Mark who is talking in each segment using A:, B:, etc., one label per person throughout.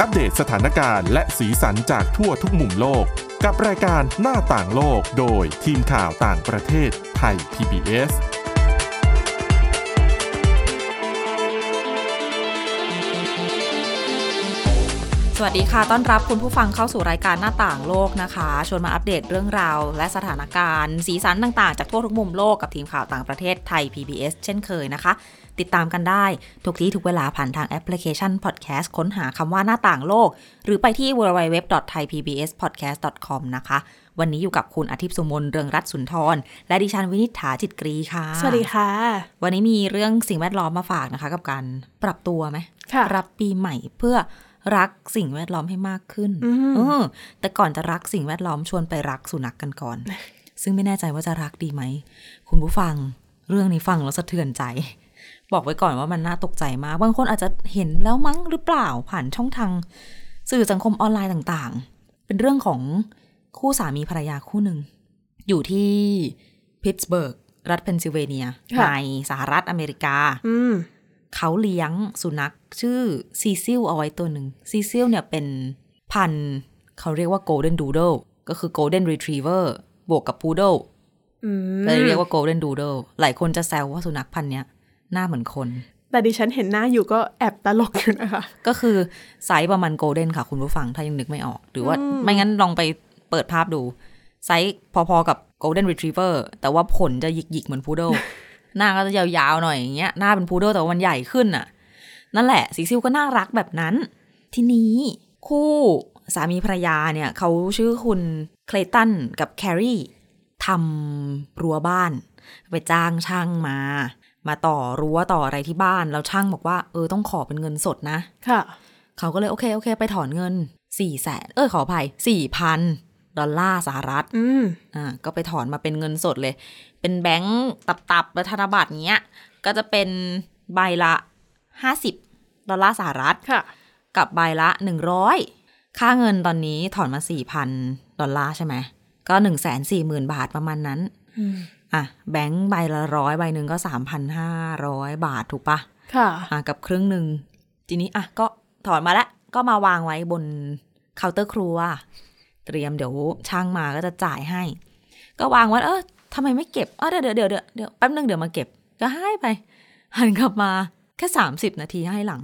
A: อัปเดตสถานการณ์และสีสันจากทั่วทุกมุมโลก กับรายการหน้าต่างโลกโดยทีมข่าวต่างประเทศไทย PBS
B: สวัสดีค่ะ ต้อนรับคุณผู้ฟังเข้าสู่รายการหน้าต่างโลกนะคะ ชวนมาอัปเดตเรื่องราว และสถานการณ์ สีสันต่างๆ จากทั่วทุกมุมโลกกับทีมข่าวต่างประเทศไทย PBS เช่นเคยนะคะ ติดตามกันได้ ทุกที่ทุกเวลาผ่านทางแอปพลิเคชัน Podcast ค้นหาคำว่าหน้าต่างโลก หรือไปที่ www.thaipbspodcast.com นะคะ วันนี้อยู่กับคุณอาทิตย์สุมนเรืองรัตน์สุนทร และดิฉันวินิษฐาจิตกรีค่ะ
C: สวัสดีค่ะ
B: วันนี้มีเรื่องสิ่งแวดล้อมมาฝากนะคะ กับการปรับตัวไหม
C: ค่ะ
B: รับปีใหม่เพื่อรักสิ่งแวดล้อมให้มากขึ้น
C: อืม
B: เออแต่ก่อนจะรักสิ่งแวดล้อมชวนไปรักสุนัขกกัน ก่อน ซึ่งไม่แน่ใจว่าจะรักดีไหม คุณผู้ฟังเรื่องนี้ฟังแล้วสะเทือนใจ บอกไว้ก่อนว่ามันน่าตกใจมากบางคนอาจจะเห็นแล้วมั้งหรือเปล่าผ่านช่องทาง สื่อสังคมออนไลน์ต่างๆ เป็นเรื่องของคู่สามีภรรยาคู่หนึ่ง อยู่ที่พิตสเบิร์กรัฐเพนซิลเวเนีย
C: ค่ะ
B: ในสหรัฐอเมริกา
C: อืม
B: เขาเลี้ยงสุนัขชื่อซีซิลเอาไว้ตัวหนึ่งซีซิลเนี่ยเป็นพันธุ์เขาเรียกว่าโกลเด้นดูโดก็คือโกลเด้นรีทรีเวอร์บวกกับพูโด
C: อืม
B: เลยเรียกว่าโกลเด้นดูโดหลายคนจะแซวว่าสุนัขพันธุ์เนี้ยหน้าเหมือนคน
C: แต่ดิฉันเห็นหน้าอยู่ก็แอบตลกอยู่นะคะ
B: ก็คือไซส์ประมาณโกลเด้นค่ะ คุณผู้ฟังถ้ายังนึกไม่ออก หรือว่าไม่งั้นลองไปเปิดภาพดู ไซส์พอๆกับโกลเด้นรีทรีเวอร์แต่ว่าขนจะหยิกๆ เหมือนพูโด หน้าก็จะยาวๆหน่อยอย่างเงี้ยหน้าเป็นพูโดแต่ว่ามันใหญ่ขึ้นน่ะ นั่นแหละสีซิลก็น่ารักแบบนั้น ทีนี้คู่สามีภรรยาเนี่ย เขาชื่อคุณเคลตันกับแครีทำรั้วบ้าน ไปจ้างช่างมา มาต่อรั้วต่ออะไรที่บ้าน แล้วช่างบอกว่าเออต้องขอเป็นเงินสดนะ
C: ค่ะ
B: เขาก็เลยโอเค โอเค ไปถอนเงิน4ี่แสนเออขออภัยสี่พันดอลลาร์สหรัฐ
C: อืม
B: อ่าก็ไปถอนมาเป็นเงินสดเลย เป็นแบงค์ตับๆและธนบัตรเนี้ย ก็จะเป็นใบละ 50 ดอลลาร์สหรัฐ
C: ค่ะ
B: กับใบละ 100 ค่าเงินตอนนี้ถอนมา 4,000 ดอลลาร์ใช่ไหม ก็ 1 4 0 0 0 0 บาทประมาณนั้น อ่ะ แบงค์ใบละร้อยใบหนึ่งก็ 3,500 บาทถูกปะ
C: ค่ะ
B: อ่ะกับครึ่งหนึ่งทีนี้อ่ะก็ถอนมาแล้ว ก็มาวางไว้บนเคาน์เตอร์ครัว เตรียมเดี๋ยวช่างมาก็จะจ่ายให้ ก็วางไว้เออทำไมไม่เก็บเออเดี๋ยวเดี๋ยวเดี๋ยวเดี๋ยวเดี๋ยวแป๊บนึงเดี๋ยวมาเก็บ ก็ให้ไป หันกลับมาแค่สามสิบนาทีให้หลัง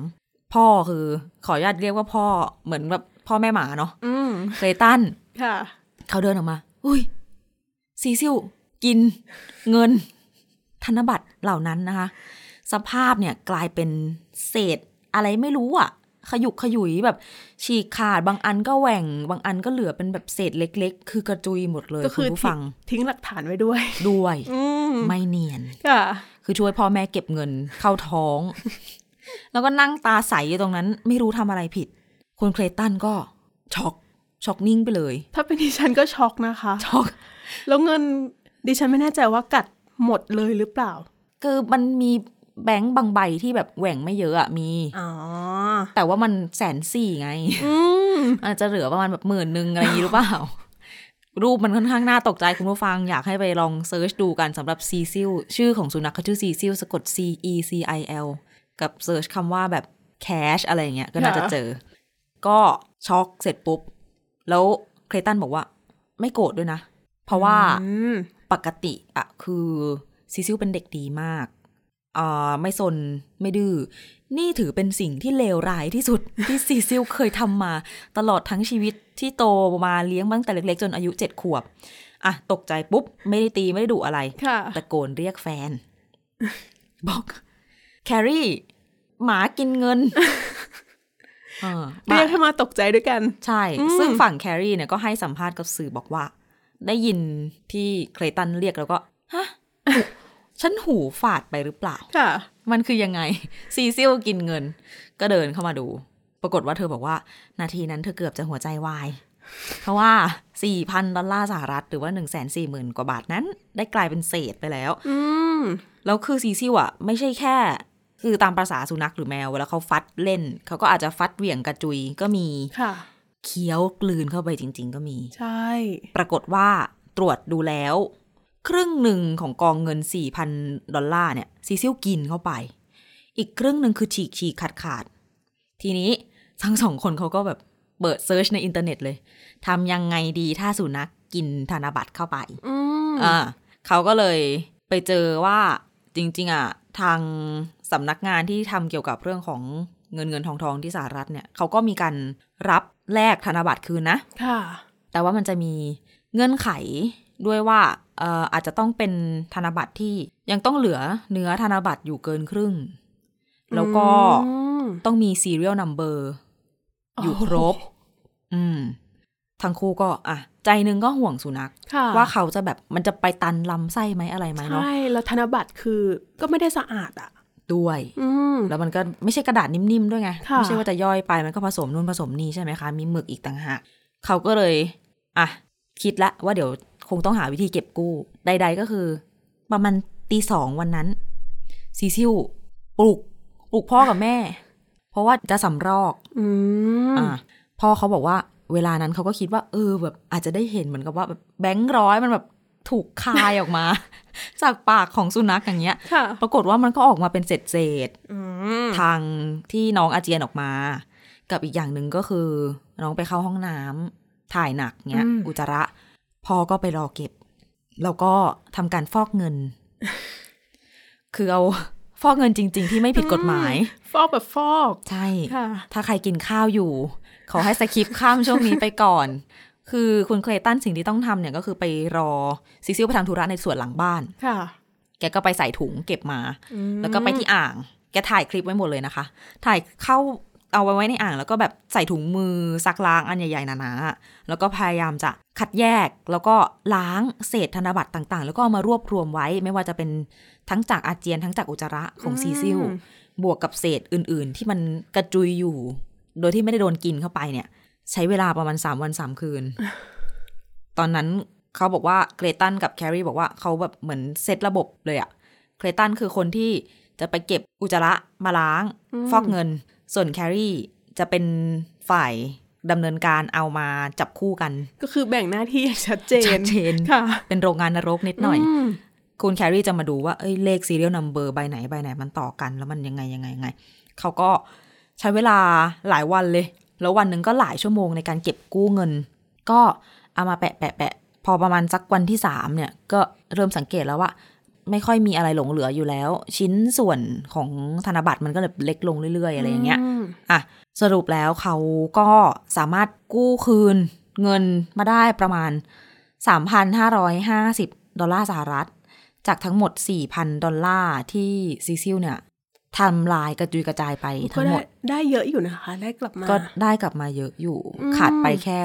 B: พ่อคือขออนุญาตเรียกว่าพ่อเหมือนแบบพ่อแม่หมาเนาะ
C: อืม
B: เคลตัน
C: ค่ะ
B: เขาเดินออกมา อุ้ยซีซิล กิน เงิน ธนบัตรเหล่านั้นนะคะ สภาพเนี่ยกลายเป็นเศษอะไรไม่รู้อะขยุกขยุยแบบฉีกขาด บางอันก็แหว่ง บางอันก็เหลือเป็นแบบเศษเล็ก ๆ คือกระจุยหมดเลย
C: ก็
B: คุ
C: คื
B: ณ
C: อ
B: ผู้ฟัง
C: ทิ้งหลักฐานไว้ด้วย
B: ด้วย
C: อืม
B: ไม่เนียน
C: ค่ะ
B: คือช่วยพ่อแม่เก็บเงินเข้าท้อง แล้วก็นั่งตาใสอยู่ตรงนั้น ไม่รู้ทำอะไรผิด คุณเคลตันก็ช็อกช็อกนิ่งไปเลย
C: ถ้าเป็นดิฉันก็ช็อกนะคะ
B: ช็อก
C: แล้วเงินดิฉันไม่แน่ใจว่ากัดหมดเลยหรือเปล่า
B: คือมันมีแบงค์บางใบที่แบบแหว่งไม่เยอะอะมี
C: อ๋อ
B: แต่ว่ามันแสนสี่ไง
C: อืม
B: อาจจะเหลือประมาณแบบหมื่นหนึ่งอะไรอย่างนี้หรือเปล่า รูปมันค่อนข้างน่าตกใจคุณผู้ฟังอยากให้ไปลองเซิร์ชดูกันสำหรับซีซิลชื่อของสุนัขเขาชื่อซีซิลสะกด C E C I L กับเซิร์ชคำว่าแบบแคชอะไรอย่างเงี้ยก็น่าจะเจอ ก็ช็อกเสร็จปุ๊บ แล้วเคลตันบอกว่า ไม่โกรธด้วยนะ เพราะว่า
C: อืม
B: ปกติอะคือซีซิลเป็นเด็กดีมากอ่าไม่สนไม่ดื้อ นี่ถือเป็นสิ่งที่เลวร้ายที่สุด ที่ซีซิลเคยทำมา ตลอดทั้งชีวิตที่โตมาเลี้ยงมาตั้งแต่เล็กๆ จนอายุเจ็ดขวบ อ่ะ ตกใจปุ๊บ ไม่ได้ตีไม่ได้ดุอะไร
C: ค่ะ
B: ตะโกนเรียกแฟน บอกแครี่ หมากินเงิน เออ
C: เรียกให้มาตกใจด้วยกัน
B: ใช่
C: อืม
B: ซึ่งฝั่งแครีเนี่ยก็ให้สัมภาษณ์กับสื่อบอกว่า ได้ยินที่เคลตันเรียกแล้วก็ ฮะ ฉันหูฝาดไปหรือเปล่า
C: ค่ะ
B: มันคือยังไง ซีซิลกินเงิน ก็เดินเข้ามาดู ปรากฏว่าเธอบอกว่า นาทีนั้นเธอเกือบจะหัวใจวาย เพราะว่า 4,000 ดอลลาร์สหรัฐ หรือว่า 140,000 กว่าบาทนั้น ได้กลายเป็นเศษไปแล้ว
C: อืม
B: แล้วคือซีซิวอ่ะ ไม่ใช่แค่ คือตามประษาสุนัขหรือแมวเวลาเขาฟัดเล่นเขาก็อาจจะฟัดเหวี่ยงกระจุยก็มี
C: ค่ะ
B: เคี้ยวกลืนเข้าไปจริง ๆ ก็มี
C: ใช่
B: ปรากฏว่าตรวจดูแล้ว ครึ่งหนึ่งของกองเงิน 4,000 ดอลลาร์เนี่ย ซีซิลกินเข้าไป อีกครึ่งหนึ่งคือฉีกฉีกขาดขาด ทีนี้ ทั้งสองคนเขาก็แบบเปิดเซิร์ชในอินเทอร์เน็ตเลยทำยังไงดีถ้าสุนัขกกินธนบัตรเข้าไป
C: อืม
B: อ่าเขาก็เลยไปเจอว่าจริงๆอ่ะทางสำนักงานที่ทำเกี่ยวกับเรื่องของเงินเงินทองทองที่สหรัฐเนี่ยเขาก็มีการรับแลกธนบัตรคืนนะ
C: ค่ะ
B: แต่ว่ามันจะมีเงื่อนไขด้วยว่าเอ่ออาจจะต้องเป็นธนบัตรที่ยังต้องเหลือเนื้อธนบัตรอยู่เกินครึ่ง แล้วก็
C: อืม
B: ต้องมี serial number อยู่ครบ อืมทั้งคู่ก็อ่ะใจหนึงก็ห่วงสุนัข
C: ค่ะ
B: ว่าเขาจะแบบมันจะไปตันลำไส้ไหมอะไรไหมเนาะ
C: ใช่แล้วธนบัตรคือก็ไม่ได้สะอาดอ่ะ
B: ด้วย
C: อืม
B: แล้วมันก็ไม่ใช่กระดาษนิ่มๆด้วยไง
C: ค่ะ
B: ไม่ใช่ว่าจะย่อยไปมันก็ผสมนู่นผสมนี่ใช่ไหมคะ มีหมึกอีกต่างหากเขาก็เลย อ่ะ คิดละว่าเดี๋ยวคงต้องหาวิธีเก็บกู้ ใด ๆ ก็คือ ประมาณตีสองวันนั้น ซีซิวปลุกปลุกพ่อกับแม่ เพราะว่าจะสำรอก
C: อืม
B: อ่ะพ่อเขาบอกว่าเวลานั้นเขาก็คิดว่าเออแบบอาจจะได้เห็นเหมือนกับว่าแบบแบงค์ร้อยมันแบบถูกคายออกมา จากปากของสุนัขอย่างเงี้ย
C: ค่ะ
B: ปรากฏว่ามันก็ออกมาเป็นเศษเศษๆ
C: อืม
B: ทางที่น้องอาเจียนออกมา กับอีกอย่างหนึ่งก็คือ น้องไปเข้าห้องน้ำถ่ายหนักเงี้ย
C: อืม
B: อุจจาระพ่อก็ไปรอเก็บ แล้วก็ทำการฟอกเงิน คือเอาฟอกเงินจริง ๆ ที่ไม่ผิดกฎหมาย
C: ฟอกแบบฟอก
B: ใช่
C: ค่ะ
B: ถ้าใครกินข้าวอยู่ ขอให้สคิปข้ามช่วงนี้ไปก่อน คือคุณเคลตันสิ่งที่ต้องทำเนี่ยก็คือไปรอซิซิลไปทำธุระในสวนหลังบ้าน
C: ค่ะ
B: แกก็ไปใส่ถุงเก็บมา
C: อืม
B: แล้วก็ไปที่อ่าง แกถ่ายคลิปไว้หมดเลยนะคะ ถ่ายเข้าเอาไว้ไว้ในอ่าง แล้วก็แบบใส่ถุงมือซักล้างอันใหญ่ๆหนาๆอะแล้วก็พยายามจะคัดแยก แล้วก็ล้างเศษธนบัตรต่างๆ แล้วก็เอามารวบรวมไว้ ไม่ว่าจะเป็นทั้งจากอาเจียนทั้งจากอุจจาระของซีซิล
C: อืม
B: บวกกับเศษอื่นๆ ที่มันกระจุยอยู่ โดยที่ไม่ได้โดนกินเข้าไปเนี่ย ใช้เวลาประมาณสามวันสามคืน ตอนนั้นเขาบอกว่าเกรตันกับแครีบอกว่าเขาแบบเหมือนเซตระบบเลยอะเกรตันคือคนที่จะไปเก็บอุจจาระมาล้าง ฟอกเงิน ส่วนแครีจะเป็นฝ่ายดำเนินการเอามาจับคู่กัน
C: ก็คือแบ่งหน้าที่อย่างชัดเจ
B: ชั
C: น
B: ดเจน
C: ค่ะ
B: เป็นโรงงานนรกนิดหน่อย
C: ม
B: คุณแครี่จะมาดูว่าเอ้ยเลขซีเรียลนัมเบอร์ใบไหนใบไหนมันต่อกัน แล้วมันยังไงยังไงยังไงเขาก็ใช้เวลาหลายวันเลย แล้ววันหนึ่งก็หลายชั่วโมงในการเก็บกู้เงิน ก็เอามาแปะแปะแปะพอประมาณสักวันที่สามเนี่ยก็เริ่มสังเกตแล้วว่า ไม่ค่อยมีอะไรหลงเหลืออยู่แล้ว ชิ้นส่วนของธนบัตรมันก็เลยเล็กลงเรื่อยๆอะไรอย่างเงี้ย
C: ม
B: อ่ะสรุปแล้วเขาก็สามารถกู้คืนเงินมาได้ประมาณ 3,550 ดอลลาร์สหรัฐ จากทั้งหมด 4,000 ดอลลาร์ที่ซีซิลเนี่ยทำลายกระจุยกระจายไป
C: ก็
B: ทั้งหม
C: ได้
B: ด
C: ได้เยอะอยู่นะคะ ได้กลับมา
B: ก็ได้กลับมาเยอะอยู่
C: อืม
B: ขาดไปแค่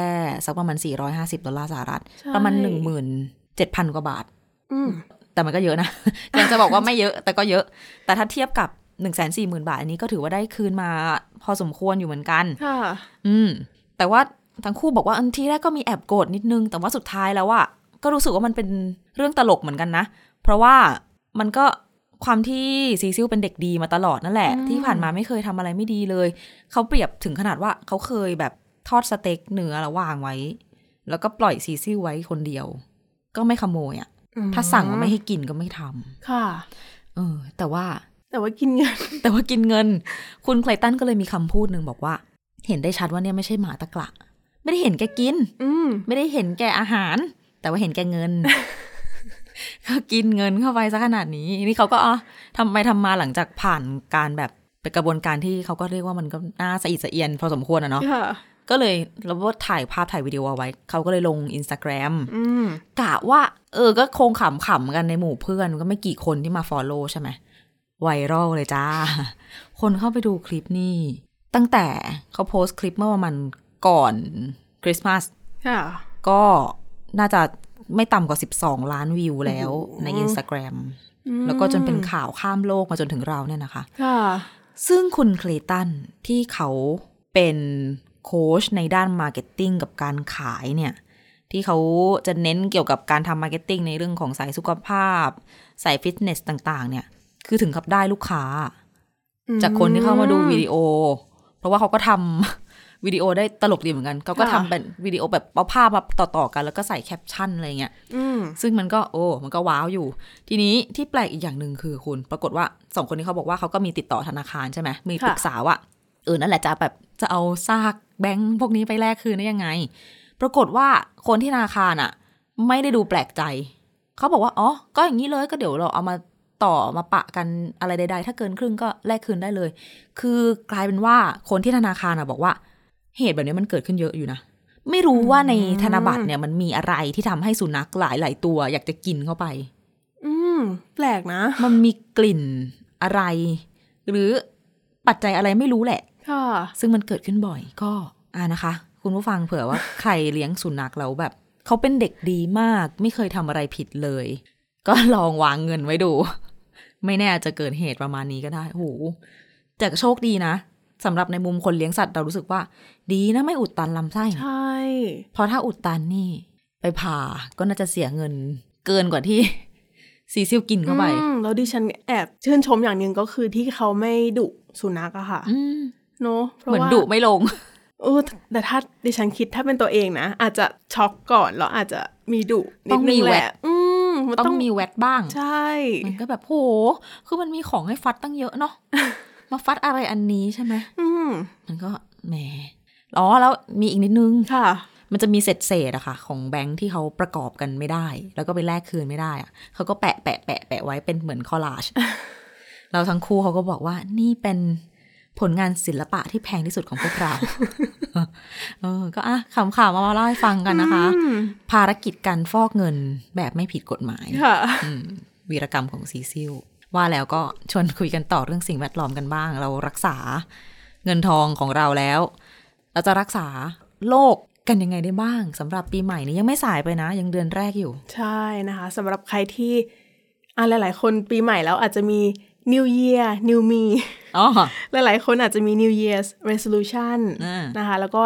B: สักประมาณ 450 ดอลลาร์สหรัฐ
C: ใช่
B: ประมาณ 17,000 กว่าบาท
C: อืม
B: แต่มันก็เยอะนะ ยังจะบอกว่าไม่เยอะ แต่ก็เยอะ แต่ถ้าเทียบกับ 1 4 0 0 0 0 บาทอันนี้ก็ถือว่าได้คืนมาพอสมควรอยู่เหมือนกัน
C: ค่ะ
B: อืม แต่ว่าทั้งคู่บอกว่าอันที่แรกก็มีแอบโกรธนิดนึง แต่ว่าสุดท้ายแล้วอะก็รู้สึกว่ามันเป็นเรื่องตลกเหมือนกันนะ เพราะว่ามันก็ความที่ซีซิลเป็นเด็กดีมาตลอดนั่นแหละ
C: อืม
B: ที่ผ่านมาไม่เคยทำอะไรไม่ดีเลย เขาเปรียบถึงขนาดว่าเขาเคยแบบทอดสเต็กเนื้อแล้ววางไว้ แล้วก็ปล่อยซีซิลไว้คนเดียว ก็ไม่ขโมยอะถ้าสั่งว่าไม่ให้กินก็ไม่ทำ
C: ค่ะ
B: เออ แต่ว่า
C: แต่ว่ากินเงิน
B: แต่ว่ากินเงิน คุณไคลตันก็เลยมีคำพูดหนึ่งบอกว่า เห็นได้ชัดว่าเนี่ยไม่ใช่หมาตะกละ ไม่ได้เห็นแกกิน
C: อืม
B: ไม่ได้เห็นแกอาหาร แต่ว่าเห็นแกเงิน ก็กินเงินเข้าไปซะขนาดนี้ นี่เขาก็อ่ะทำไปทำมาหลังจากผ่านการแบบเป็นกระบวนการที่เขาก็เรียกว่ามันก็น่าสะอิดสะเอียนพอสมควรอะเนาะ
C: ค่ะ
B: ก็เลยแล้วก็ถ่ายภาพถ่ายวิดีโอเอาไว้ เขาก็เลยลงอินสตาแกรม
C: อืม
B: กะว่า เออก็คงขำๆกันในหมู่เพื่อนก็ไม่กี่คนที่มาฟอลโล่ใช่ไหมไวรัลเลยจ้า คนเข้าไปดูคลิปนี่ ตั้งแต่เขาโพสต์คลิปเมื่อประมาณก่อนคริสต์มาส
C: ค่ะ
B: ก็น่าจะไม่ต่ำกว่า 12 ล้านวิวแล้ว
C: โอ้โห
B: ใน Instagram
C: อืม
B: แล้วก็จนเป็นข่าวข้ามโลกมาจนถึงเราเนี่ยนะคะ
C: ค่ะ
B: ซึ่งคุณเคลตันที่เขาเป็นโค้ชในด้านมาร์เก็ตติ้งกับการขายเนี่ย ที่เขาจะเน้นเกี่ยวกับการทำมาร์เก็ตติ้งในเรื่องของสายสุขภาพ สายฟิตเนสต่างๆ เนี่ย คือถึงกับได้ลูกค้า จากคนที่เข้ามาดูวิดีโอ เพราะว่าเขาก็ทำ วิดีโอได้ตลกดีเหมือนกันเขาก็
C: ค่ะ
B: ทำเป็นวิดีโอแบบเอาภาพมาต่อๆกัน แล้วก็ใส่แคปชั่นอะไรเงี้ย
C: อืม
B: ซึ่งมันก็โอ้ มันก็ว้าวอยู่ ทีนี้ที่แปลกอีกอย่างหนึ่งคือคุณ ปรากฏว่าสองคนนี้เขาบอกว่าเขาก็มีติดต่อธนาคารใช่ไหม มี
C: ค่ะ
B: ปรึกษาว่าเออนั่นแหละจะแบบ จะเอาซากแบงค์พวกนี้ไปแลกคืนได้ยังไง ปรากฏว่าคนที่ธนาคารอ่ะ ไม่ได้ดูแปลกใจ เขาบอกว่า อ๋อ ก็อย่างนี้เลยก็เดี๋ยวเราเอามาต่อมาปะกันอะไรใด ๆ ถ้าเกินครึ่งก็แลกคืนได้เลย คือกลายเป็นว่าคนที่ธนาคารอะบอกว่า เหตุแบบนี้มันเกิดขึ้นเยอะอยู่นะ ไม่รู้ว่าในธนบัตรเนี่ยมันมีอะไรที่ทำให้สุนัขหลาย ๆ ตัว อยากจะกินเข้าไป
C: อืม แปลกนะ
B: มันมีกลิ่นอะไร หรือปัจจัยอะไรไม่รู้แหละ
C: ค่ะ
B: ซึ่งมันเกิดขึ้นบ่อยก็อ่านะคะ คุณผู้ฟังเผื่อว่า ใครเลี้ยงสุนัขแล้วแบบ เขาเป็นเด็กดีมาก ไม่เคยทำอะไรผิดเลย ก็ลองวางเงินไว้ดู ไม่แน่อาจจะเกิดเหตุประมาณนี้ก็ได้โหแต่ก็โชคดีนะสำหรับในมุมคนเลี้ยงสัตว์เรารู้สึกว่า ดีนะไม่อุดตันลำไส้
C: ใช่
B: เพราะถ้าอุดตันนี่ ไปผ่าก็น่าจะเสียเงิน เกินกว่า ที่ ซีซิลกินเข้าไป
C: อืมแล้วดิฉันแอบชื่นชมอย่างหนึ่งก็คือที่เขาไม่ดุสุนัขอะค่ะ
B: อืม
C: เนอะเพราะ
B: เหมือน
C: ว่า
B: ดุไม่ลง
C: เออแต่ถ้าดิฉันคิดถ้าเป็นตัวเองนะ อาจจะช็อกก่อนแล้วอาจจะมีดุนิ
B: ต้
C: ด
B: อง
C: นึ
B: มี
C: งแห
B: แวะ
C: ละอืมมัน
B: ต้องมีแวดบ้าง
C: ใช่
B: มันก็แบบโห คือมันมีของให้ฟัดตั้งเยอะเนาะ มาฟัดอะไรอันนี้ใช่ไหม
C: อืม
B: มันก็แหม อ๋อ แล้วมีอีกนิดนึง
C: ค่ะ
B: มันจะมีเศษเศษๆอะค่ะ ของแบงค์ที่เขาประกอบกันไม่ได้ แล้วก็ไปแลกคืนไม่ได้อะเขาก็แปะแปะแปะแปะไว้เป็นเหมือนคอลลาจ เราทั้งคู่เขาก็บอกว่านี่เป็นผลงานศิลปะที่แพงที่สุดของพวกเรา เออ ก็อ่ะขำๆมาเล่าให้ฟังกันนะคะ
C: อืม
B: ภารกิจการฟอกเงินแบบไม่ผิดกฎหมาย
C: ค่ะ
B: อืมวีรกรรมของซีซิลว่าแล้วก็ชวนคุยกันต่อเรื่องสิ่งแวดล้อมกันบ้าง เรารักษาเงินทองของเราแล้ว เราจะรักษาโลกกันยังไงได้บ้างสำหรับปีใหม่นี้ยังไม่สายไปนะ ยังเดือนแรกอยู่
C: ใช่นะคะสำหรับใครที่อ่ะหลาย ๆ คนปีใหม่แล้วอาจจะมี New Year New Me
B: อ๋อ
C: หลาย ๆ คนอาจจะมี New Year's Resolution
B: อ่าน
C: นะคะ แล้วก็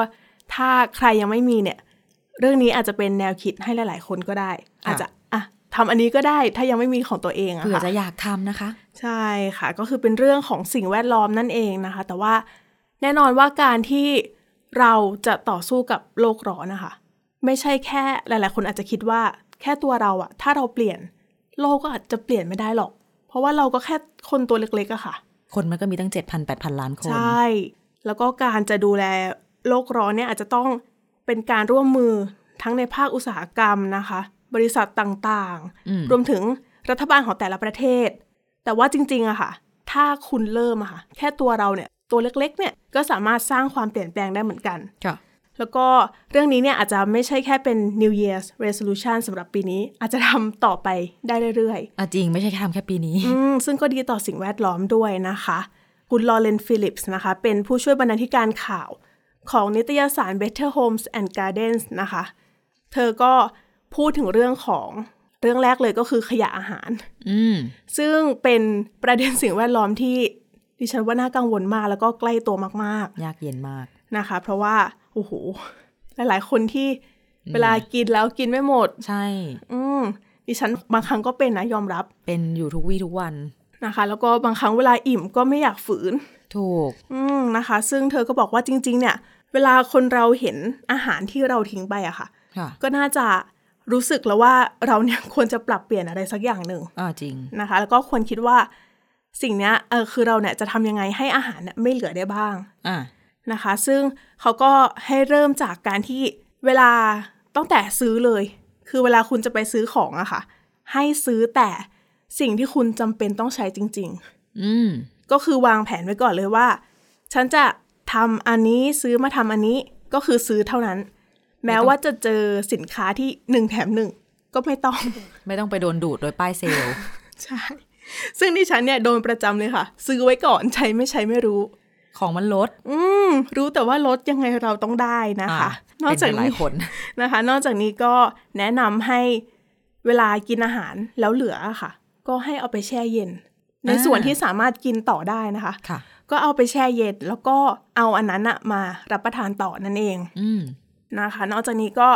C: ถ้าใครยังไม่มีเนี่ย เรื่องนี้อาจจะเป็นแนวคิดให้หลาย ๆ คนก็ได้ อาจจะอ่ะทำอันนี้ก็ได้ถ้ายังไม่มีของตัวเองอะ
B: เผื่อ
C: ค่ะ
B: จะอยากทำนะคะ
C: ใช่ค่ะ ก็คือเป็นเรื่องของสิ่งแวดล้อมนั่นเองนะคะ แต่ว่าแน่นอนว่าการที่เราจะต่อสู้กับโลกร้อนนะคะ ไม่ใช่แค่หลาย ๆ คนอาจจะคิดว่าแค่ตัวเราอะถ้าเราเปลี่ยนโลกก็อาจจะเปลี่ยนไม่ได้หรอก เพราะว่าเราก็แค่คนตัวเล็ก ๆอะค่ะ
B: คนมันก็มีตั้ง 7,000 8,000 ล้านคน
C: ใช่ แล้วก็การจะดูแลโลกร้อนเนี่ยอาจจะต้องเป็นการร่วมมือทั้งในภาคอุตสาหกรรมนะคะ บริษัทต่าง
B: อืม
C: ๆ รวมถึงรัฐบาลของแต่ละประเทศ แต่ว่าจริงๆอะค่ะ ถ้าคุณเริ่มอะค่ะ แค่ตัวเราเนี่ยตัวเล็กๆ เนี่ยก็สามารถสร้างความเปลี่ยนแปลงได้เหมือนกัน
B: ค่ะ
C: แล้วก็เรื่องนี้เนี่ยอาจจะไม่ใช่แค่เป็น New Year's Resolution สำหรับปีนี้ อาจจะทำต่อไปได้เรื่อยๆ
B: อ่ะจริงไม่ใช่แค่ทำแค่ปีนี้
C: อืมซึ่งก็ดีต่อสิ่งแวดล้อมด้วยนะคะ คุณลอเรนฟิลิปส์นะคะ เป็นผู้ช่วยบรรณาธิการข่าวของนิตยสาร Better Homes and Gardens นะคะ เธอก็พูดถึงเรื่องของเรื่องแรกเลยก็คือขยะอาหาร
B: อืม
C: ซึ่งเป็นประเด็นสิ่งแวดล้อมที่ดิฉันว่าน่ากังวลมากแล้วก็ใกล้ตัวมาก ๆ
B: ยากเย็นมาก
C: นะคะ เพราะว่า โอ้โห หลาย ๆ คนที่เวลากินแล้วกินไม่หมด
B: ใช่
C: อืมดิฉันบางครั้งก็เป็นนะยอมรับ
B: เป็นอยู่ทุกวี่ทุกวัน
C: นะคะ แล้วก็บางครั้งเวลาอิ่มก็ไม่อยากฝืน
B: ถูก
C: อืมนะคะ ซึ่งเธอก็บอกว่าจริง ๆ เนี่ย เวลาคนเราเห็นอาหารที่เราทิ้งไปอะค่ะ
B: ค่ะ
C: ก็น่าจะรู้สึกแล้วว่าเราเนี่ยควรจะปรับเปลี่ยนอะไรสักอย่างหนึ่ง
B: อ่าจริง
C: นะคะ แล้วก็ควรคิดว่าสิ่งเนี้ยเออคือเราเนี่ยจะทำยังไงให้อาหารเนี่ยไม่เหลือได้บ้าง
B: อ่ะ
C: นะคะ ซึ่งเขาก็ให้เริ่มจากการที่เวลาตั้งแต่ซื้อเลย คือเวลาคุณจะไปซื้อของอะค่ะ ให้ซื้อแต่สิ่งที่คุณจำเป็นต้องใช้จริง ๆ
B: อืม
C: ก็คือวางแผนไว้ก่อนเลยว่า ฉันจะทำอันนี้ซื้อมาทำอันนี้ก็คือซื้อเท่านั้น แม้ว่าจะเจอสินค้าที่หนึ่งแถมหนึ่งก็ไม่ต้อง
B: ไม่ต้องไปโดนดูดโดยป้ายเซล ล์
C: ใช่ ซึ่งดิฉันเนี่ยโดนประจำเลยค่ะ ซื้อไว้ก่อนใช้ไม่ใช้ไม่รู้
B: ของมันลด
C: อืม รู้แต่ว่าลดยังไงเราต้องได้นะคะ นอกจาก
B: เป็นหลาย
C: นี้
B: คน
C: นะคะ นอกจากนี้ก็แนะนำให้เวลากินอาหารแล้วเหลืออะค่ะ ก็ให้เอาไปแช่เย็น ใน
B: อ่า
C: ส่วนที่สามารถกินต่อได้นะคะ
B: ค่ะ
C: ก็เอาไปแช่เย็นแล้วก็เอาอันนั้นอะมารับประทานต่อนั่นเอง
B: อืม
C: นะคะ นอกจากนี้ก็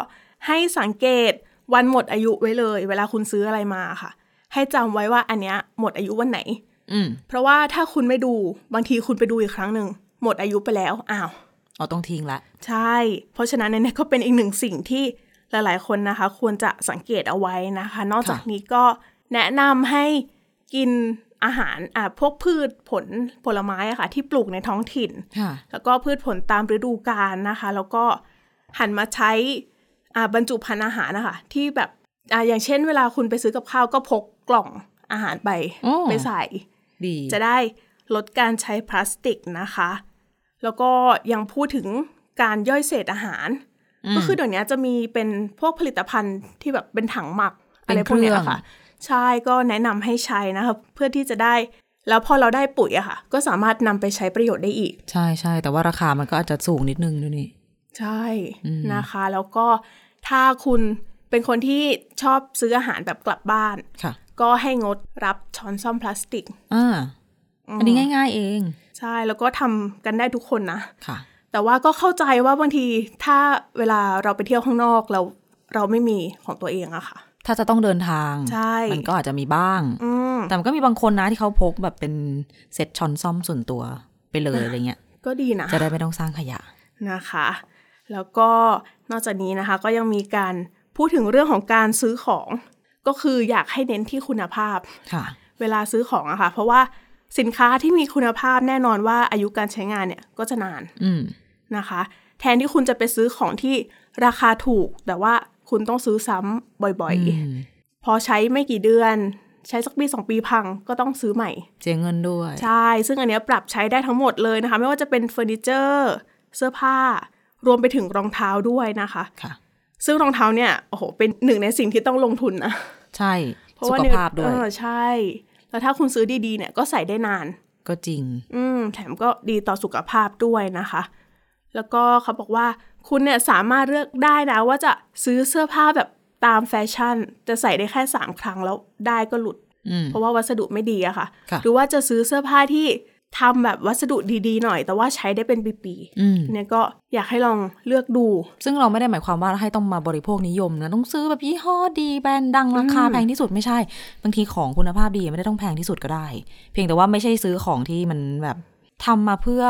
C: ให้สังเกตวันหมดอายุไว้เลย เวลาคุณซื้ออะไรมาค่ะ ให้จำไว้ว่าอันเนี้ยหมดอายุวันไหน
B: อืม
C: เพราะว่าถ้าคุณไม่ดูบางทีคุณไปดูอีกครั้งหนึ่งหมดอายุไปแล้วอ้าว
B: อ๋อต้องทิ้งละ
C: ใช่ เพราะฉะนั้นเนี่ยก็เป็นอีกหนึ่งสิ่งที่หลาย ๆ คนนะคะ ควรจะสังเกตเอาไว้นะคะ นอกจากนี้ก็แนะนำให้กิน อาหารอ่ะพวกพืชผลผลไม้อะค่ะ ที่ปลูกในท้องถิ่น
B: ค่ะ
C: แล้วก็พืชผลตามฤดูกาลนะคะ แล้วก็หันมาใช้อ่าบรรจุภัณฑ์อาหารนะคะ ที่แบบอ่าอย่างเช่นเวลาคุณไปซื้อกับข้าวก็พกกล่องอาหารไป
B: อ๋อ
C: ไปใส่
B: ดี
C: จะได้ลดการใช้พลาสติกนะคะ แล้วก็ยังพูดถึงการย่อยเศษอาหาร ก็คือเดี๋ยวนี้จะมีเป็นพวกผลิตภัณฑ์ที่แบบเป็นถังหมักอะไรพวกเนี้ยค่ะ ใช่ก็แนะนำให้ใช้นะคะเพื่อที่จะได้ แล้วพอเราได้ปุ๋ยอะค่ะ ก็สามารถนำไปใช้ประโยชน์ได้อีก
B: ใช่ใช่แต่ว่าราคามันก็อาจจะสูงนิดนึงด้วยนี่
C: ใช่นะคะ แล้วก็ถ้าคุณเป็นคนที่ชอบซื้ออาหารแบบกลับบ้าน
B: ค่ะ
C: ก็ให้งดรับช้อนซ่อมพลาสติก
B: อ่า อันนี้ง่าย ๆ เอง
C: ใช่แล้วก็ทำกันได้ทุกคนนะ
B: ค่ะ
C: แต่ว่าก็เข้าใจว่าบางทีถ้าเวลาเราไปเที่ยวข้างนอกเราเราไม่มีของตัวเองอะค่ะ
B: ถ้าจะต้องเดินทาง
C: ใช่
B: มันก็อาจจะมีบ้าง
C: อืม
B: แต่มันก็มีบางคนนะที่เขาพกแบบเป็นเซ็ตช้อนซ่อมส่วนตัวไปเลยอะไรเงี้ย
C: ก็ดีนะ
B: จะได้ไม่ต้องสร้างขยะ
C: นะคะ แล้วก็นอกจากนี้นะคะก็ยังมีการพูดถึงเรื่องของการซื้อของ ก็คืออยากให้เน้นที่คุณภาพ
B: ค่ะ
C: เวลาซื้อของอะค่ะ เพราะว่าสินค้าที่มีคุณภาพแน่นอนว่าอายุการใช้งานเนี่ยก็จะนาน
B: อืม
C: นะคะ แทนที่คุณจะไปซื้อของที่ราคาถูก แต่ว่าคุณต้องซื้อซ้ำบ่อย
B: อืม
C: ๆ พอใช้ไม่กี่เดือน ใช้สักปีสองปีพังก็ต้องซื้อใหม่
B: เสียเงินด้วย
C: ใช่ ซึ่งอันเนี้ยปรับใช้ได้ทั้งหมดเลยนะคะ ไม่ว่าจะเป็นเฟอร์นิเจอร์ เสื้อผ้า รวมไปถึงรองเท้าด้วยนะคะ
B: ค่ะ
C: ซึ่งรองเท้าเนี่ย โอ้โห เป็นหนึ่งในสิ่งที่ต้องลงทุนนะ
B: ใช่
C: เพราะ
B: สุ
C: ว่า
B: ข
C: เนี่ย
B: ภาพด้วย
C: เออใช่ แล้วถ้าคุณซื้อดีๆ เนี่ย ก็ใส่ได้นาน
B: ก็จริง
C: อืม แถมก็ดีต่อสุขภาพด้วยนะคะ แล้วก็เขาบอกว่าคุณเนี่ยสามารถเลือกได้นะ ว่าจะซื้อเสื้อผ้าแบบตามแฟชั่น จะใส่ได้แค่สามครั้งแล้วได้ก็หลุด
B: อืม
C: เพราะว่าวัสดุไม่ดีอะค่ะ
B: ค่ะ
C: หรือว่าจะซื้อเสื้อผ้าที่ทำแบบวัสดุดีๆหน่อย แต่ว่าใช้ได้เป็นปี
B: อืม
C: ๆเนี่ยก็อยากให้ลองเลือกดู
B: ซึ่งเราไม่ได้หมายความว่าให้ต้องมาบริโภคนิยมนะ ต้องซื้อแบบยี่ห้อดีแบรนด์ดังราคาแพงที่สุดไม่ใช่ บางทีของคุณภาพดีไม่ได้ต้องแพงที่สุดก็ได้ เพียงแต่ว่าไม่ใช่ซื้อของที่มันแบบทำมาเพื่อ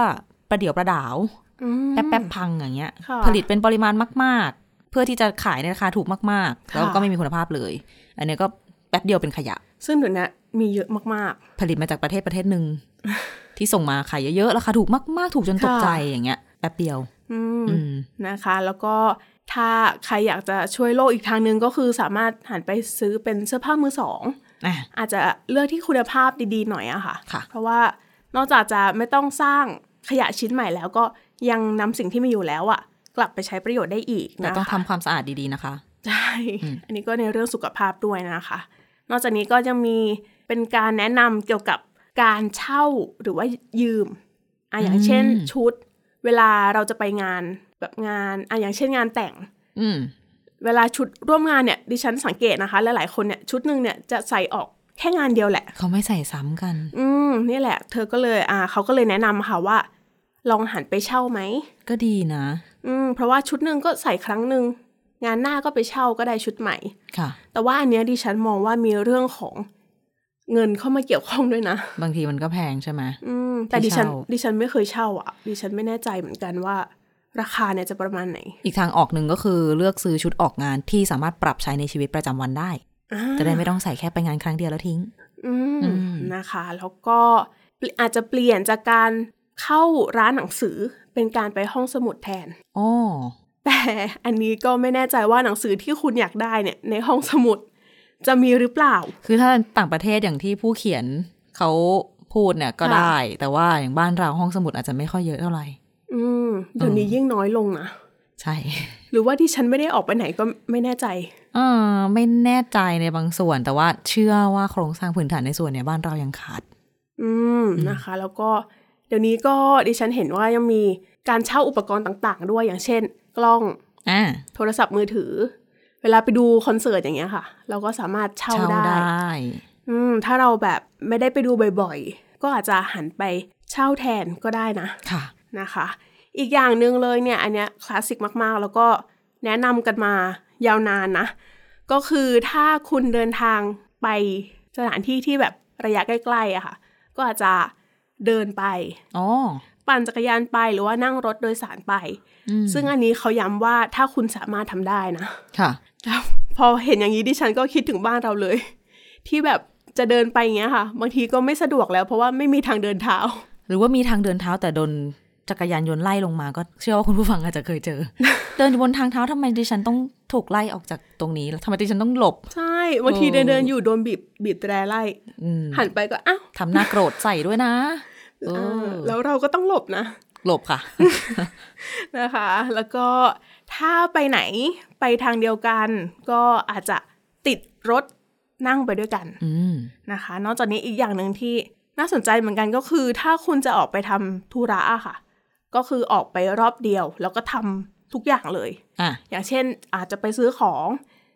B: ประเดี๋ยวประดาว
C: อืม
B: แป๊บแป๊บๆพังอย่างเงี้ย
C: ค่ะ
B: ผลิตเป็นปริมาณมาก ๆ เพื่อที่จะขายในราคาถูกมาก ๆ
C: ค่ะ
B: แล้วก็ไม่มีคุณภาพเลย อันเนี้ยก็แป๊บเดียวเป็นขยะ
C: ซึ่งเดี๋ยวนี้มีเยอะมาก
B: ผลิตมาจากประเทศประเทศหนึ่ ง ที่ส่งมาขายเยอะๆราคาถูกมาก ๆ ถูกจนตก
C: ค่ะ
B: ใจอย่างเงี้ยแป๊บเดียว
C: ๆ อืม
B: อืม
C: นะคะ แล้วก็ถ้าใครอยากจะช่วยโลกอีกทางหนึ่งก็คือสามารถหันไปซื้อเป็นเสื้อผ้ามือสอง
B: อ่ะ
C: อาจจะเลือกที่คุณภาพดีๆหน่อยอะค่ะ
B: ค่ะ
C: เพราะว่านอกจากจะไม่ต้องสร้างขยะชิ้นใหม่แล้วก็ยังนำสิ่งที่มีอยู่แล้วอะกลับไปใช้ประโยชน์ได้อีก
B: แต่
C: นะคะ
B: ต้องทำความสะอาดดีๆนะคะ
C: ใช่ อันนี้ก็ในเรื่องสุขภาพด้วยนะคะ นอกจากนี้ก็ยังมีเป็นการแนะนำเกี่ยวกับการเช่าหรือว่ายืมอ่ะอย่างเช่นชุด เวลาเราจะไปงานแบบงานอ่ะอย่างเช่นงานแต่ง
B: อืม
C: เวลาชุดร่วมงานเนี่ยดิฉันสังเกตนะคะลหลายๆคนเนี่ยชุดหนึ่งเนี่ยจะใส่ออกแค่งานเดียวแหละ
B: เขาไม่ใส่ซ้ำกัน
C: อืมนี่แหละ เธอก็เลยอ่าเขาก็เลยแนะนำค่ะว่า ลองหันไปเช่าไหม
B: ก็ดีนะ
C: อืมเพราะว่าชุดหนึ่งก็ใส่ครั้งหนึ่งงานหน้าก็ไปเช่าก็ได้ชุดใหม่
B: ค่ะ
C: แต่ว่าอันเนี้ยดิฉันมองว่ามีเรื่องของเงินเข้ามาเกี่ยวข้องด้วยนะ
B: บางทีมันก็แพงใช่ไหม
C: อืม แต่
B: ที่
C: ดิฉัน
B: เช่า
C: ดิฉันไม่เคยเช่าอ่ะ ดิฉันไม่แน่ใจเหมือนกันว่า ราคาเนี่ยจะประมาณไหน
B: อีกทางออกหนึ่งก็คือเลือกซื้อชุดออกงานที่สามารถปรับใช้ในชีวิตประจำวันได้
C: อ่า
B: จะได้ไม่ต้องใส่แค่ไปงานครั้งเดียวแล้วทิ้ง
C: อื
B: อืม
C: มนะคะ แล้วก็เปลี่ยนอาจจะเปลี่ยนจากการเข้าร้านหนังสือเป็นการไปห้องสมุดแทน
B: อ๋อ
C: แต่อันนี้ก็ไม่แน่ใจว่าหนังสือที่คุณอยากได้เนี่ย ในห้องสมุดจะมีหรือเปล่า
B: คือถ้าต่างประเทศอย่างที่ผู้เขียนเขาพูดเนี่ยก็
C: ค่ะ
B: ได้ แต่ว่าอย่างบ้านเราห้องสมุดอาจจะไม่ค่อยเยอะเท่าไหร่
C: อืมเดี๋ยวนี้ยิ่งน้อยลงนะ
B: ใช่
C: หรือว่าที่ฉันไม่ได้ออกไปไหนก็ไม่แน่ใจ
B: เออไม่แน่ใจในบางส่วนแต่ว่าเชื่อว่าโครงสร้างพื้นฐานในส่วนเนี่ยบ้านเรายังขาด
C: อืมนะคะ แล้วก็เดี๋ยวนี้ก็ดิฉันเห็นว่ายังมีการเช่าอุปกรณ์ต่างๆ ด้วยอย่างเช่น กล้อง
B: อ่า
C: โทรศัพท์มือถือ เวลาไปดูคอนเสิร์ตอย่างเงี้ยค่ะ เราก็สามารถเช่า
B: เช่า
C: ได้
B: ได้
C: อืมถ้าเราแบบไม่ได้ไปดูบ่อยๆ ก็อาจจะหันไปเช่าแทนก็ได้นะ
B: ค่ะ
C: นะคะ อีกอย่างหนึ่งเลยเนี่ย อันเนี้ยคลาสสิกมากๆ แล้วก็แนะนำกันมายาวนานนะ ก็คือถ้าคุณเดินทางไปสถานที่ที่แบบระยะใกล้ๆอะค่ะ ก็อาจจะเดินไป
B: อ๋อ
C: ปั่นจักรยานไปหรือว่านั่งรถโดยสารไป
B: อืม
C: ซึ่งอันนี้เขาย้ำว่าถ้าคุณสามารถทำได้นะ
B: ค่ะ
C: แล้วพอเห็นอย่างนี้ดิฉันก็คิดถึงบ้านเราเลย ที่แบบ จะเดินไปอย่างเงี้ยค่ะ บางทีก็ไม่สะดวกแล้วเพราะว่าไม่มีทางเดินเท้า
B: หรือว่ามีทางเดินเท้าแต่โดนจักรยานยนต์ไล่ลงมาก็เชื่อว่าคุณผู้ฟังอาจจะเคยเจ อ เดินอยู่บนทางเท้าทำไมดิฉันต้องถูกไล่ออกจากตรงนี้ทำไมดิฉันต้องหลบ
C: ใช่บางทีเดินเดินๆอยู่โดนบีบบีบแตรไล่
B: อืม
C: หันไปก็อ้าว
B: ทำหน้าโกรธใส่ด้วยนะเอ
C: เอ
B: อ
C: อแล้วเราก็ต้องหลบนะ
B: หลบค่ะ
C: นะคะ แล้วก็ถ้าไปไหนไปทางเดียวกัน ก็อาจจะติดรถนั่งไปด้วยกัน
B: อืม
C: นะคะ นอกจากนี้อีกอย่างหนึ่งที่น่าสนใจเหมือนกันก็คือ ถ้าคุณจะออกไปทำธุระอะค่ะ ก็คือออกไปรอบเดียว แล้วก็ทำทุกอย่างเลย
B: อ่ะ
C: อย่างเช่น อาจจะไปซื้อของ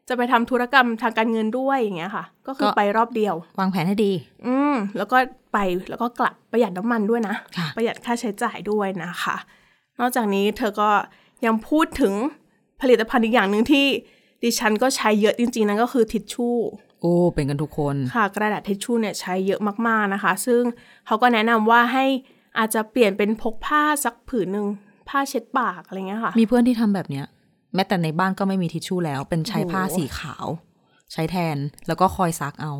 C: จะไปทำธุรกรรมทางการเงินด้วยอย่างเงี้ยค่ะ ก็คือ
B: ก็
C: ไปรอบเดียว
B: วางแผนให้ดี
C: อืมแล้วก็ไปแล้วก็กลับประหยัดน้ำมันด้วยนะ
B: ค่ะ
C: ประหยัดค่าใช้จ่ายด้วยนะคะ นอกจากนี้เธอก็ยังพูดถึงผลิตภัณฑ์อีกอย่างหนึ่งที่ดิฉันก็ใช้เยอะจริงๆนั่นก็คือทิชชู่
B: โอ้เป็นกันทุกคน
C: ค่ะ กระดาษทิชชู่เนี่ยใช้เยอะมากๆนะคะ ซึ่งเขาก็แนะนำว่าให้อาจจะเปลี่ยนเป็นพกผ้าสักผืนหนึ่งผ้าเช็ดปากอะไรเงี้ยค่ะ
B: มีเพื่อนที่ทำแบบเนี้ย แม้แต่ในบ้านก็ไม่มีทิชชู่แล้ว เป็นใช้ผ้า
C: โอ้โห
B: สีขาว ใช้แทนแล้วก็คอยซักเอา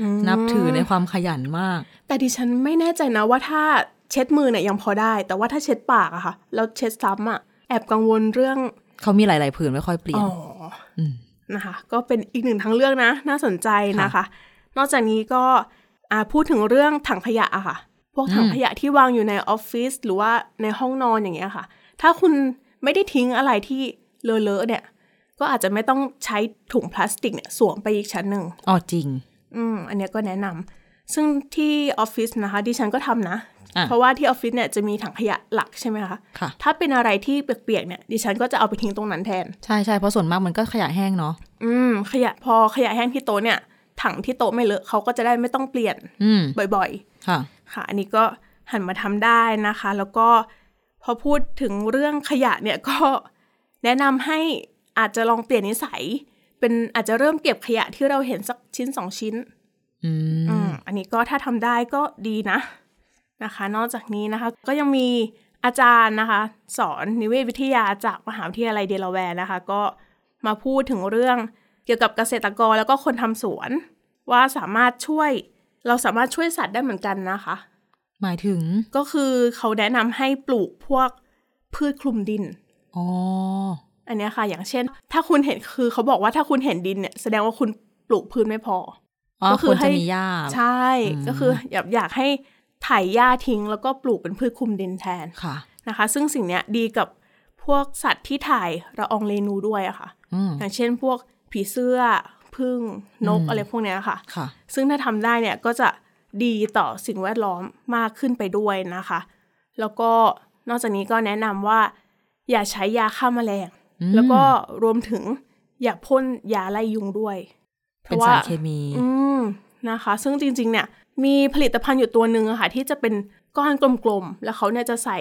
C: อืม
B: นับถือในความขยันมาก
C: แต่ดิฉันไม่แน่ใจนะว่าถ้าเช็ดมือเนี่ยยังพอได้ แต่ว่าถ้าเช็ดปากอะค่ะแล้วเช็ดซ้ำอะแอบกังวลเรื่อง
B: เขามีหลาย ๆ ผืนไม่ค่อยเปลี่ยน
C: อ๋ออ
B: ม
C: นะคะ ก็เป็นอีกหนึ่งทางเลือกนะ น่าสนใจนะคะ นอกจากนี้ก็อ่าพูดถึงเรื่องถังขยะอะค่ะ พวกถัง
B: อืม
C: ขยะที่วางอยู่ในออฟฟิศหรือว่าในห้องนอนอย่างเงี้ยค่ะ ถ้าคุณไม่ได้ทิ้งอะไรที่เลอะๆเนี่ย ก็อาจจะไม่ต้องใช้ถุงพลาสติกเนี่ยสวมไปอีกชั้นหนึ่ง
B: อ๋อจริง
C: อืม อันเนี้ยก็แนะนำ ซึ่งที่ออฟฟิศนะคะดิฉันก็ทำนะ
B: อ่ะ
C: เพราะว่าที่ออฟฟิศเนี่ยจะมีถังขยะหลักใช่ไหมคะ
B: ค่ะ
C: ถ้าเป็นอะไรที่เปียกๆเนี่ยดิฉันก็จะเอาไปทิ้งตรงนั้นแทน
B: ใช่ใช่เพราะส่วนมากมันก็ขยะแห้งเนาะ
C: อืมขยะพอขยะแห้งที่โต๊ะเนี่ย ถังที่โต๊ะไม่เลอะเขาก็จะได้ไม่ต้องเปลี่ยน
B: อืม
C: บ่อย
B: ค่ะ
C: ๆ ค่ะ อันนี้ก็หันมาทำได้นะคะ แล้วก็พอพูดถึงเรื่องขยะเนี่ย ก็ แนะนำให้อาจจะลองเปลี่ยนนิสัย เป็นอาจจะเริ่มเก็บขยะที่เราเห็นสักชิ้นสองชิ้น
B: อืม
C: อืมอันนี้ก็ถ้าทำได้ก็ดีนะนะคะ นอกจากนี้นะคะ ก็ยังมีอาจารย์นะคะ สอนนิเวศวิทยาจากมหาวิทยาลัยเดลาแวร์นะคะ ก็มาพูดถึงเรื่องเกี่ยวกับเกษตรกรแล้วก็คนทำสวน ว่าสามารถช่วยเราสามารถช่วยสัตว์ได้เหมือนกันนะคะ
B: หมายถึง
C: ก็คือเขาแนะนำให้ปลูกพวกพืชคลุมดิน
B: อ๋อ
C: อันเนี้ยค่ะ อย่างเช่น ถ้าคุณเห็นคือเขาบอกว่าถ้าคุณเห็นดินเนี่ยแสดงว่าคุณปลูกพืชไม่พอ
B: อ๋อ
C: ก็คื
B: ค
C: อ
B: วร
C: ให้
B: จะมีหญ้า
C: ใช่
B: อืม
C: ก็คืออยากอยากให้ไถ่ายหญ้าทิ้ง แล้วก็ปลูกเป็นพืชคลุมดินแทน
B: ค่ะ
C: นะคะ ซึ่งสิ่งเนี้ยดีกับพวกสัตว์ที่ถ่ายละอองเรนูด้วยอะค่ะ
B: อืม
C: อย่างเช่นพวกผีเสื้อพึ่งนก
B: อืม
C: อะไรพวกเนี้ยค่ะ
B: ค่ะ
C: ซึ่งถ้าทำได้เนี่ยก็จะดีต่อสิ่งแวดล้อมมากขึ้นไปด้วยนะคะ แล้วก็นอกจากนี้ก็แนะนำว่า อย่าใช้ยาฆ่าแมลง
B: อืม
C: แล้วก็รวมถึงอย่าพ่นยาไล่ยุงด้วย
B: เป็นสารเคมี
C: อืมนะคะ ซึ่งจริงๆ เนี่ย มีผลิตภัณฑ์อยู่ตัวหนึ่งอะค่ะ ที่จะเป็นก้อนกลมๆ แล้วเขาเนี่ยจะใส่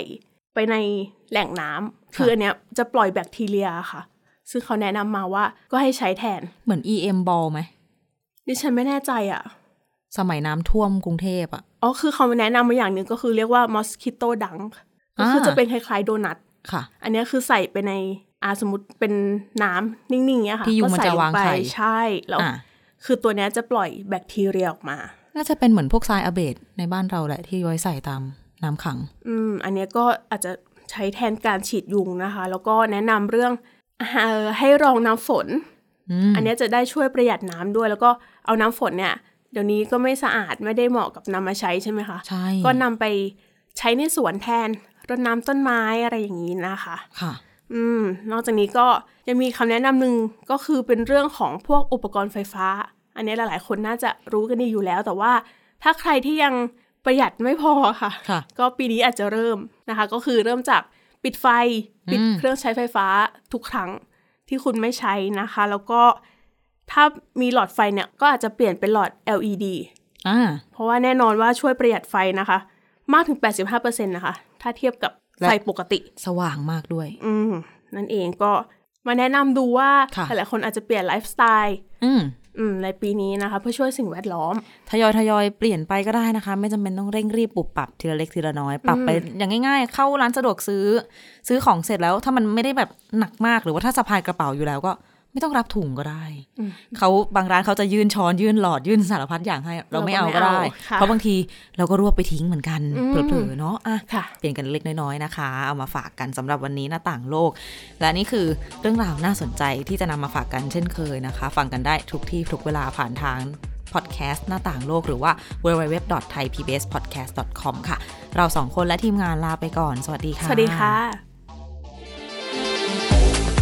C: ไปในแหล่งน้ำคืออันเนี้ยจะปล่อยแบคทีเรียค่ะ ซึ่งเขาแนะนำมาว่าก็ให้ใช้แทน
B: เหมือน EM ball ไหม
C: ดิฉันไม่แน่ใจอะ
B: สมัยน้ำท่วมกรุงเทพอ่ะ
C: อ๋อ คือเขาแนะนำมาอย่างหนึ่งก็คือเรียกว่ามอสคิโตดังก็คือจะเป็นคล้ายๆโดนัท
B: ค่ะ
C: อันเนี้ยคือใส่ไปในอาสมมติเป็นน้ำนิ่งๆเนี่ยค่ะ
B: ที่ยุงมัน
C: ก็ใส่
B: จะวาง
C: ลไป
B: ไข่
C: ใช่แล้ว
B: อ่ะ
C: คือตัวเนี้ยจะปล่อยแบคทีเรียออกมา
B: น่าจะเป็นเหมือนพวกทรายอาเบดในบ้านเราแหละที่ไว้ใส่ตามน้ำขัง
C: อืม อันเนี้ยก็อาจจะใช้แทนการฉีดยุงนะคะ แล้วก็แนะนำเรื่องเอ่อให้รองน้ำฝน
B: อืม
C: อันเนี้ยจะได้ช่วยประหยัดน้ำด้วย แล้วก็เอาน้ำฝนเนี่ย เดี๋ยวนี้ก็ไม่สะอาดไม่ได้เหมาะกับนำมาใช้ใช่ไหมคะ
B: ใช่
C: ก็นำไปใช้ในสวนแทนรดน้ำต้นไม้อะไรอย่างนี้นะคะ
B: ค่ะ
C: อืม นอกจากนี้ก็ยังมีคำแนะนำหนึ่งก็คือเป็นเรื่องของพวกอุปกรณ์ไฟฟ้า อันเนี้ยหลายๆ คนน่าจะรู้กันดีอยู่แล้ว แต่ว่าถ้าใครที่ยังประหยัดไม่พอค่ะ
B: ค่ะ
C: ก็ปีนี้อาจจะเริ่มนะคะ ก็คือเริ่มจากปิดไฟ ปิด
B: อืม
C: เครื่องใช้ไฟฟ้าทุกครั้งที่คุณไม่ใช้นะคะ แล้วก็ถ้ามีหลอดไฟเนี่ย ก็อาจจะเปลี่ยนเป็นหลอด LED
B: อ่า
C: เพราะว่าแน่นอนว่าช่วยประหยัดไฟนะคะ มากถึง 85%นะคะ ถ้าเทียบกับ
B: และ
C: ไฟปกติ
B: สว่างมากด้วย
C: อืม นั่นเองก็มาแนะนำดูว่า
B: ค่ะ
C: หลายๆคนอาจจะเปลี่ยนไลฟ์สไตล์
B: อืม
C: อืมในปีนี้นะคะ เพื่อช่วยสิ่งแวดล้อม
B: ทยอยทยอยเปลี่ยนไปก็ได้นะคะ ไม่จำเป็นต้องเร่งรีบปรับปรับทีละเล็กทีละน้อย ปรับไปอย่างง่าย ๆ เข้าร้านสะดวกซื้อ ซื้อของเสร็จแล้วถ้ามันไม่ได้แบบหนักมากหรือว่าถ้าสะพายกระเป๋าอยู่แล้วก็ ไม่ต้องรับถุงก็ได้
C: อืม
B: เขาบางร้านเขาจะยื่นช้อนยื่นหลอดยื่นสารพัดอย่างให้ เราไม่เอาก็ได้
C: เราก็ไม่เอาค่ะ
B: เพราะบางทีเราก็รวบไปทิ้งเหมือนกัน
C: อืม
B: เผลอๆเนาะอ่ะ
C: ค่ะ
B: เปลี่ยนกันเล็กน้อยๆนะคะ เอามาฝากกันสำหรับวันนี้หน้าต่างโลก และนี่คือเรื่องราวน่าสนใจที่จะนำมาฝากกันเช่นเคยนะคะ ฟังกันได้ทุกที่ทุกเวลาผ่านทางพอดแคสต์หน้าต่างโลกหรือว่า www.thaipbspodcast.com ค่ะ เราสองคนและทีมงานลาไปก่อน สวัสดีค่ะ
C: สวัสดีค่ะ